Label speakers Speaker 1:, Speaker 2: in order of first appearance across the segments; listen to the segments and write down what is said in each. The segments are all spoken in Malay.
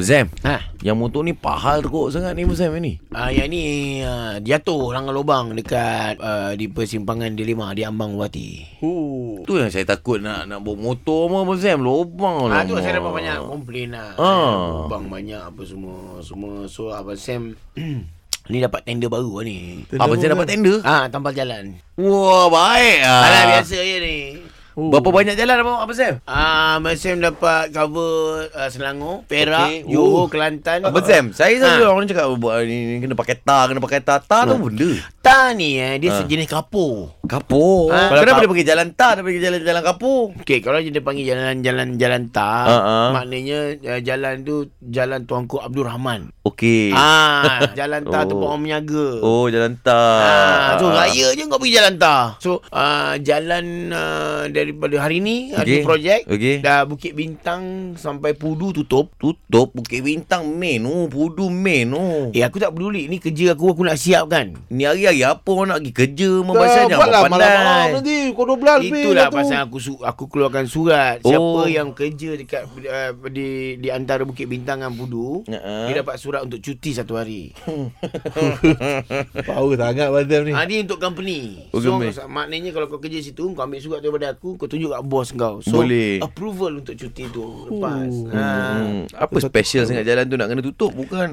Speaker 1: Sam
Speaker 2: Ha.
Speaker 1: Yang motor ni pahal teruk sangat ni Sam ni
Speaker 2: Uh, yang ni uh, jatuh langgar lubang dekat uh, di persimpangan Delima di Ambang Wati.
Speaker 1: Oh. Tu yang saya takut nak nak bawa motor apa apa Sam lubang
Speaker 2: Ah
Speaker 1: lah.
Speaker 2: tu saya dapat banyak komplain lah.
Speaker 1: Ah.
Speaker 2: Lubang banyak apa semua. Semua so abang Sam ni dapat tender baru lah ni.
Speaker 1: Apa saya dapat tender?
Speaker 2: Ah tambal jalan.
Speaker 1: Wah, baik ah.
Speaker 2: Alah biasa je ni. Oh.
Speaker 1: Berapa banyak jalan apa apa Sam?
Speaker 2: Ah, Abang Sam dapat cover uh, Selangor,
Speaker 1: Okey.
Speaker 2: Perak, okay. Johor,
Speaker 1: Oh.
Speaker 2: Kelantan.
Speaker 1: Abang Sam, saya
Speaker 2: Ah.
Speaker 1: selalu orang cakap buat ni, ni kena pakai tar, kena pakai tata tu benda.
Speaker 2: Ta ni eh,
Speaker 1: Ha.
Speaker 2: dia sejenis kapur.
Speaker 1: Kapur.
Speaker 2: Ah. Kalau
Speaker 1: Kenapa
Speaker 2: kap-
Speaker 1: dia pakai jalan tar, dia pakai jalan-jalan kapur?
Speaker 2: Okey, kalau dia panggil jalan-jalan jalan ta,
Speaker 1: Ah, ah.
Speaker 2: maknanya uh, jalan tu jalan Tuanku Abdul Rahman.
Speaker 1: Okey.
Speaker 2: Ah, jalan ta tu
Speaker 1: Eh.
Speaker 2: Pak
Speaker 1: Oh.
Speaker 2: Om Menyaga.
Speaker 1: Oh, jalan tar.
Speaker 2: Ah, so raya je kau pergi jalan ta. So uh, jalan uh, daripada hari ni ada
Speaker 1: Okey.
Speaker 2: projek
Speaker 1: Okey.
Speaker 2: dah Bukit Bintang sampai Pudu tutup.
Speaker 1: Tutup Bukit Bintang main oh, Pudu main oh.
Speaker 2: Eh aku tak peduli ni kerja aku aku nak siapkan. Eh,
Speaker 1: Ni hari-hari apa orang nak pergi kerja membahasnya jangan buat pandai.
Speaker 3: nanti Kau 12 lebih
Speaker 2: Itulah
Speaker 3: dah tu.
Speaker 2: pasal aku su- aku keluarkan surat. lah Siapa
Speaker 1: Oh.
Speaker 2: yang kerja dekat uh, di di antara Bukit Bintang dan Pudu,
Speaker 1: Ha-ha.
Speaker 2: dia dapat surat untuk cuti satu hari.
Speaker 3: Power sangat Bazam ni
Speaker 1: Hmm,
Speaker 2: Ha, dia untuk company.
Speaker 1: Eh. Oh,
Speaker 2: so,
Speaker 1: company.
Speaker 2: kau- maknanya kalau kau kerja situ, kau ambil surat daripada aku, kau tunjuk kat bos kau. So,
Speaker 1: Boleh.
Speaker 2: approval untuk cuti tu lepas.
Speaker 3: Oh.
Speaker 2: Ha.
Speaker 1: Hmm, apa special sangat jalan tu nak kena tutup bukan?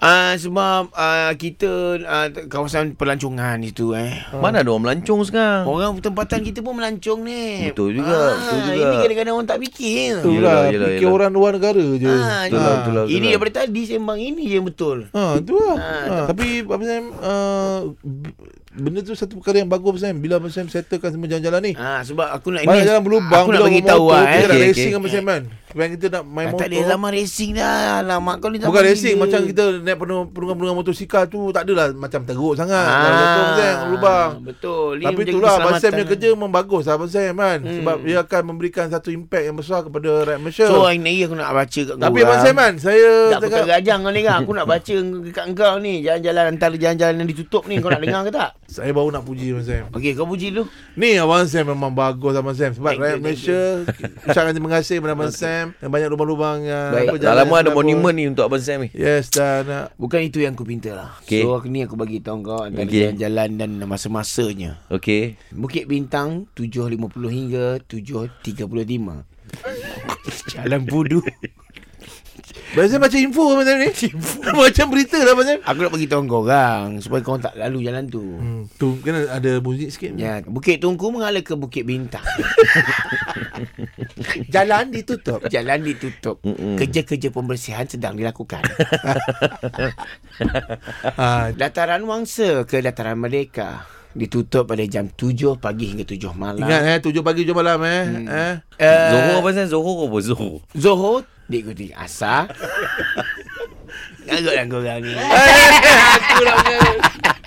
Speaker 2: Ah sebab ah, kita ah, te- kawasan pelancongan itu eh.
Speaker 1: Mana ada orang melancong sekarang?
Speaker 2: Orang tempatan kita pun melancong ni. Ah,
Speaker 1: Betul juga, betul juga.
Speaker 2: Ini kadang-kadang orang tak fikir. ya.
Speaker 3: Itulah
Speaker 1: Yelah,
Speaker 3: yelah,
Speaker 1: yelah,
Speaker 3: lah, Fikir
Speaker 1: yelah.
Speaker 3: orang luar negara je
Speaker 2: Ah,
Speaker 1: Betul lah, betul lah, betul
Speaker 2: Ini
Speaker 1: lah.
Speaker 2: daripada tadi sembang ini je yang betul.
Speaker 3: Ha, tu lah.
Speaker 2: Ha,
Speaker 3: Ha, tapi Abang Sam uh, b- benda tu satu perkara yang bagus Abang Sam bila Abang Sam settlekan semua jalan-jalan ni.
Speaker 2: Ah sebab aku nak
Speaker 3: Banyak jalan berlubang
Speaker 2: Aku nak bagi tahu ah.
Speaker 3: Kita
Speaker 1: Okey,
Speaker 3: nak
Speaker 2: Eh.
Speaker 1: okey.
Speaker 3: racing Abang Sam kan. Sebenarnya kita nak main
Speaker 2: Ah,
Speaker 3: motor.
Speaker 2: tak ada zaman racing dah. Lama kau ni zaman
Speaker 3: Bukan racing
Speaker 2: gila.
Speaker 3: macam kita naik penuh penunggang-penunggang motosikal tu tak adalah macam teruk sangat.
Speaker 2: Ah,
Speaker 3: Jalan lotong Sam lubang.
Speaker 2: Betul. Ni
Speaker 3: Tapi
Speaker 2: menjaga
Speaker 3: itulah Abang Sam
Speaker 2: keselamatan
Speaker 3: punya
Speaker 2: lah.
Speaker 3: kerja membagus Abang Sam kan
Speaker 2: Hmm.
Speaker 3: sebab dia akan memberikan satu impact yang besar kepada rakyat Malaysia.
Speaker 2: So hari ni aku nak baca kat
Speaker 3: tapi
Speaker 2: korang.
Speaker 3: Abang Sam kan saya
Speaker 2: Tak aku tak
Speaker 3: cakap
Speaker 2: gajang kau ni kan Aku nak baca dekat kau ni Jalan-jalan antara jalan-jalan yang ditutup ni Kau nak dengar ke tak?
Speaker 3: saya baru nak puji Abang Sam.
Speaker 2: Okey kau puji dulu
Speaker 3: Ni Abang Sam memang bagus Abang Sam Sebab
Speaker 2: Thank you,
Speaker 3: rakyat
Speaker 2: thank
Speaker 3: Malaysia Ucapkan terima kasih kepada Abang Sam Dan banyak lubang-lubang uh,
Speaker 2: Baik.
Speaker 3: apa,
Speaker 1: Tak
Speaker 3: jalan
Speaker 1: lama ada
Speaker 3: yang
Speaker 1: monumen ni untuk Abang Sam ni.
Speaker 3: berlubang. Yes dan uh,
Speaker 2: Bukan itu yang aku pinta lah
Speaker 1: Okey.
Speaker 2: So aku ni aku bagi tahu kau Antara
Speaker 1: Okey.
Speaker 2: jalan-jalan dan masa-masanya
Speaker 1: Okey.
Speaker 2: Bukit Bintang 7.50 hingga 7.35 Jalan Pudu
Speaker 3: Abang Sam macam info Abang Sam ni Macam berita lah Abang Sam
Speaker 2: Aku nak bagi tahu kau orang Supaya kau tak lalu jalan tu
Speaker 3: hmm, Tu kena ada bunyi sikit
Speaker 2: Ya, Bukit Tungku mengalir ke Bukit Bintang
Speaker 3: Jalan ditutup
Speaker 2: Jalan ditutup Kerja-kerja pembersihan sedang dilakukan
Speaker 3: ha,
Speaker 2: Dataran Wangsa ke Dataran Merdeka ditutup pada jam 7 pagi hingga 7 malam.
Speaker 3: Ingat eh 7 pagi 7 malam eh, hmm. eh?
Speaker 2: Uh,
Speaker 1: Zohor Abang Sam, Zohor apa Zohor?
Speaker 2: Zohor diikuti asar. Ngarut lah korang ni.
Speaker 3: Aku lah